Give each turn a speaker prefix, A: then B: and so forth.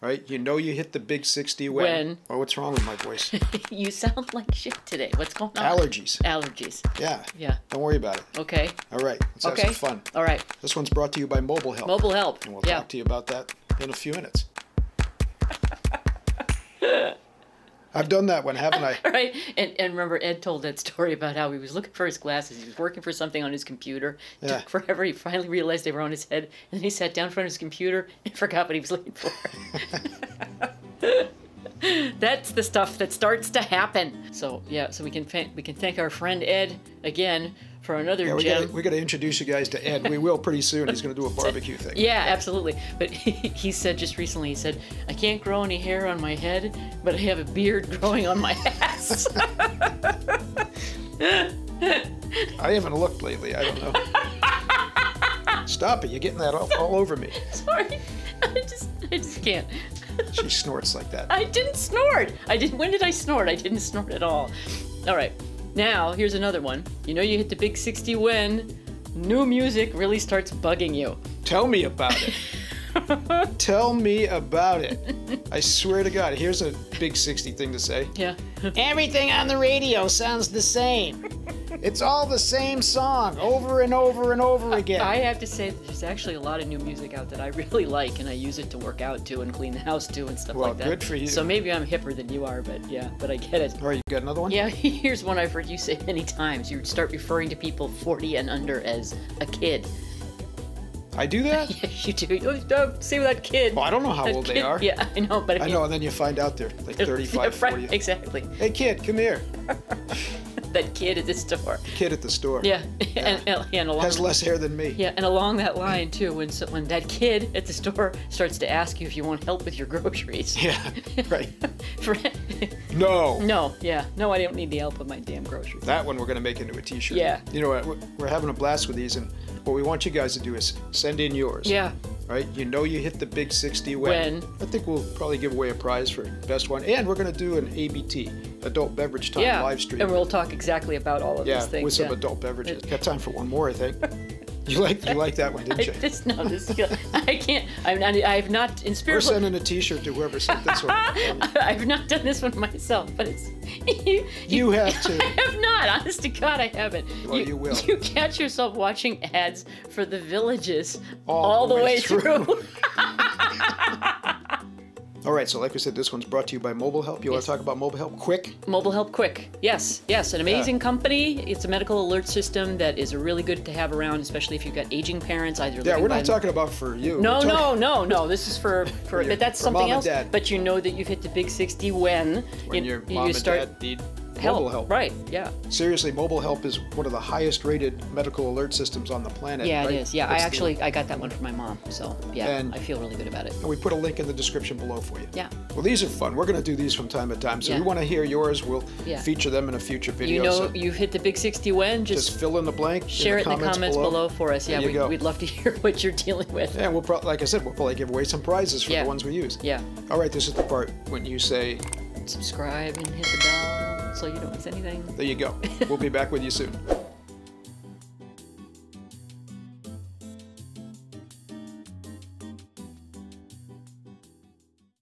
A: right? You know you hit the big 60 when.
B: When?
A: Oh, what's wrong with my voice?
B: you sound like shit today. What's going on?
A: Allergies.
B: Allergies.
A: Yeah.
B: Yeah.
A: Don't worry about it.
B: Okay.
A: All right. Let's
B: okay.
A: have some fun.
B: All right.
A: This one's brought to you by Mobile Help.
B: Mobile help.
A: And we'll
B: yeah.
A: talk to you about that in a few minutes. I've done that one, haven't I?
B: Right, and, and remember Ed told that story about how he was looking for his glasses. He was working for something on his computer.
A: Yeah.
B: Took forever. He finally realized they were on his head, and then he sat down in front of his computer and forgot what he was looking for. That's the stuff that starts to happen. So yeah, so we can fa- we can thank our friend Ed again for another
A: Yeah, we
B: gem.
A: gotta, we gotta introduce you guys to Ed. We will pretty soon. He's gonna do a barbecue thing.
B: Yeah, absolutely. But he, he said just recently, he said, I can't grow any hair on my head, but I have a beard growing on my ass.
A: I haven't looked lately. I don't know. Stop it! You're getting that all, all over me.
B: Sorry. I just, I just can't.
A: She snorts like that.
B: I didn't snort. I didn't, when did I snort? I didn't snort at all. All right. Now, here's another one. You know, you hit the big 60 when new music really starts bugging you.
A: Tell me about it. Tell me about it. I swear to God, here's a big 60 thing to say.
B: Yeah.
A: Everything on the radio sounds the same. It's all the same song over and over and over again.
B: I have to say, there's actually a lot of new music out that I really like, and I use it to work out to and clean the house to and stuff
A: Well,
B: like that.
A: good for you.
B: So maybe I'm hipper than you are, but yeah, but I get it.
A: all right, you got another one?
B: Yeah, here's one I've heard you say many times. You start referring to people 40 and under as a kid.
A: I do that?
B: Yes, you do. Oh, don't say that kid.
A: Well, Oh, I don't know how
B: That
A: old they
B: kid-
A: are.
B: Yeah, I know, but
A: I know, and then you find out they're like 35,
B: right,
A: 40.
B: Exactly.
A: Hey, kid, come here.
B: That kid at the store.
A: Kid at the store.
B: Yeah, and, and, and along
A: Has less hair than me.
B: Yeah, and along that line too, when so, when that kid at the store starts to ask you if you want help with your groceries.
A: Yeah, right.
B: For-
A: No.
B: no, yeah, no, I don't need the help with my damn groceries.
A: That one we're going to make into a t shirt.
B: Yeah.
A: You know what? We're, we're having a blast with these, and what we want you guys to do is send in yours.
B: Yeah,
A: Right? You know you hit the big 60 when.
B: When.
A: I think we'll probably give away a prize for best one. And we're going to do an ABT, Adult Beverage Time
B: yeah.
A: live stream.
B: And we'll talk exactly about all of
A: yeah,
B: these things.
A: with some
B: yeah.
A: adult beverages. Got time for one more, I think. You like you like that one,
B: I
A: didn't you?
B: just know this. I can't. I'm not. I've not in
A: We're
B: spirit.
A: sending a T-shirt to whoever sent this one.
B: I've not done this one myself, but it's you.
A: You have to.
B: I have not. Honest to God, I haven't.
A: Well, you will.
B: You catch yourself watching ads for the villages
A: All
B: all,
A: the
B: the
A: way
B: way,
A: through.
B: through.
A: All right, so like we said, this one's brought to you by Mobile Help. You want
B: Yes.
A: to talk about Mobile Help quick?
B: Mobile Help Quick. Yes, yes, an amazing company. It's a medical alert system that is really good to have around, especially if you've got aging parents. Either
A: Yeah,
B: living
A: we're
B: by
A: not
B: them-
A: talking about for you.
B: No,
A: We're talking-
B: no, no, no. This is for for,
A: your-
B: but that's
A: for
B: something
A: mom and
B: else.
A: dad.
B: But you know that you've hit the big sixty when
A: When
B: you,
A: your
B: you
A: mom and
B: start
A: dad need
B: help.
A: mobile help.
B: Right. Yeah.
A: Seriously, Mobile Help is one of the highest rated medical alert systems on the planet.
B: Yeah,
A: right?
B: it is. Yeah,
A: It's
B: I
A: the-
B: actually I got that one from my mom, so yeah,
A: And-
B: I feel really good about it.
A: and we put a link in the description below for you.
B: Yeah.
A: Well, these are fun. We're going to do these from time to time. So
B: Yeah.
A: you want to hear yours, we'll
B: Yeah.
A: feature them in a future video.
B: You know,
A: so
B: you've hit the big sixty when. Just,
A: just fill in the blank.
B: share it in the comments below, for us. Yeah,
A: There you
B: we,
A: go.
B: we'd love to hear what you're dealing with.
A: Yeah, we'll probably, like I said, we'll probably give away some prizes for
B: Yeah.
A: the ones we use.
B: Yeah.
A: All right, this is the part when you say,
B: Subscribe and hit the bell so you don't miss anything.
A: there you go. we'll be back with you soon.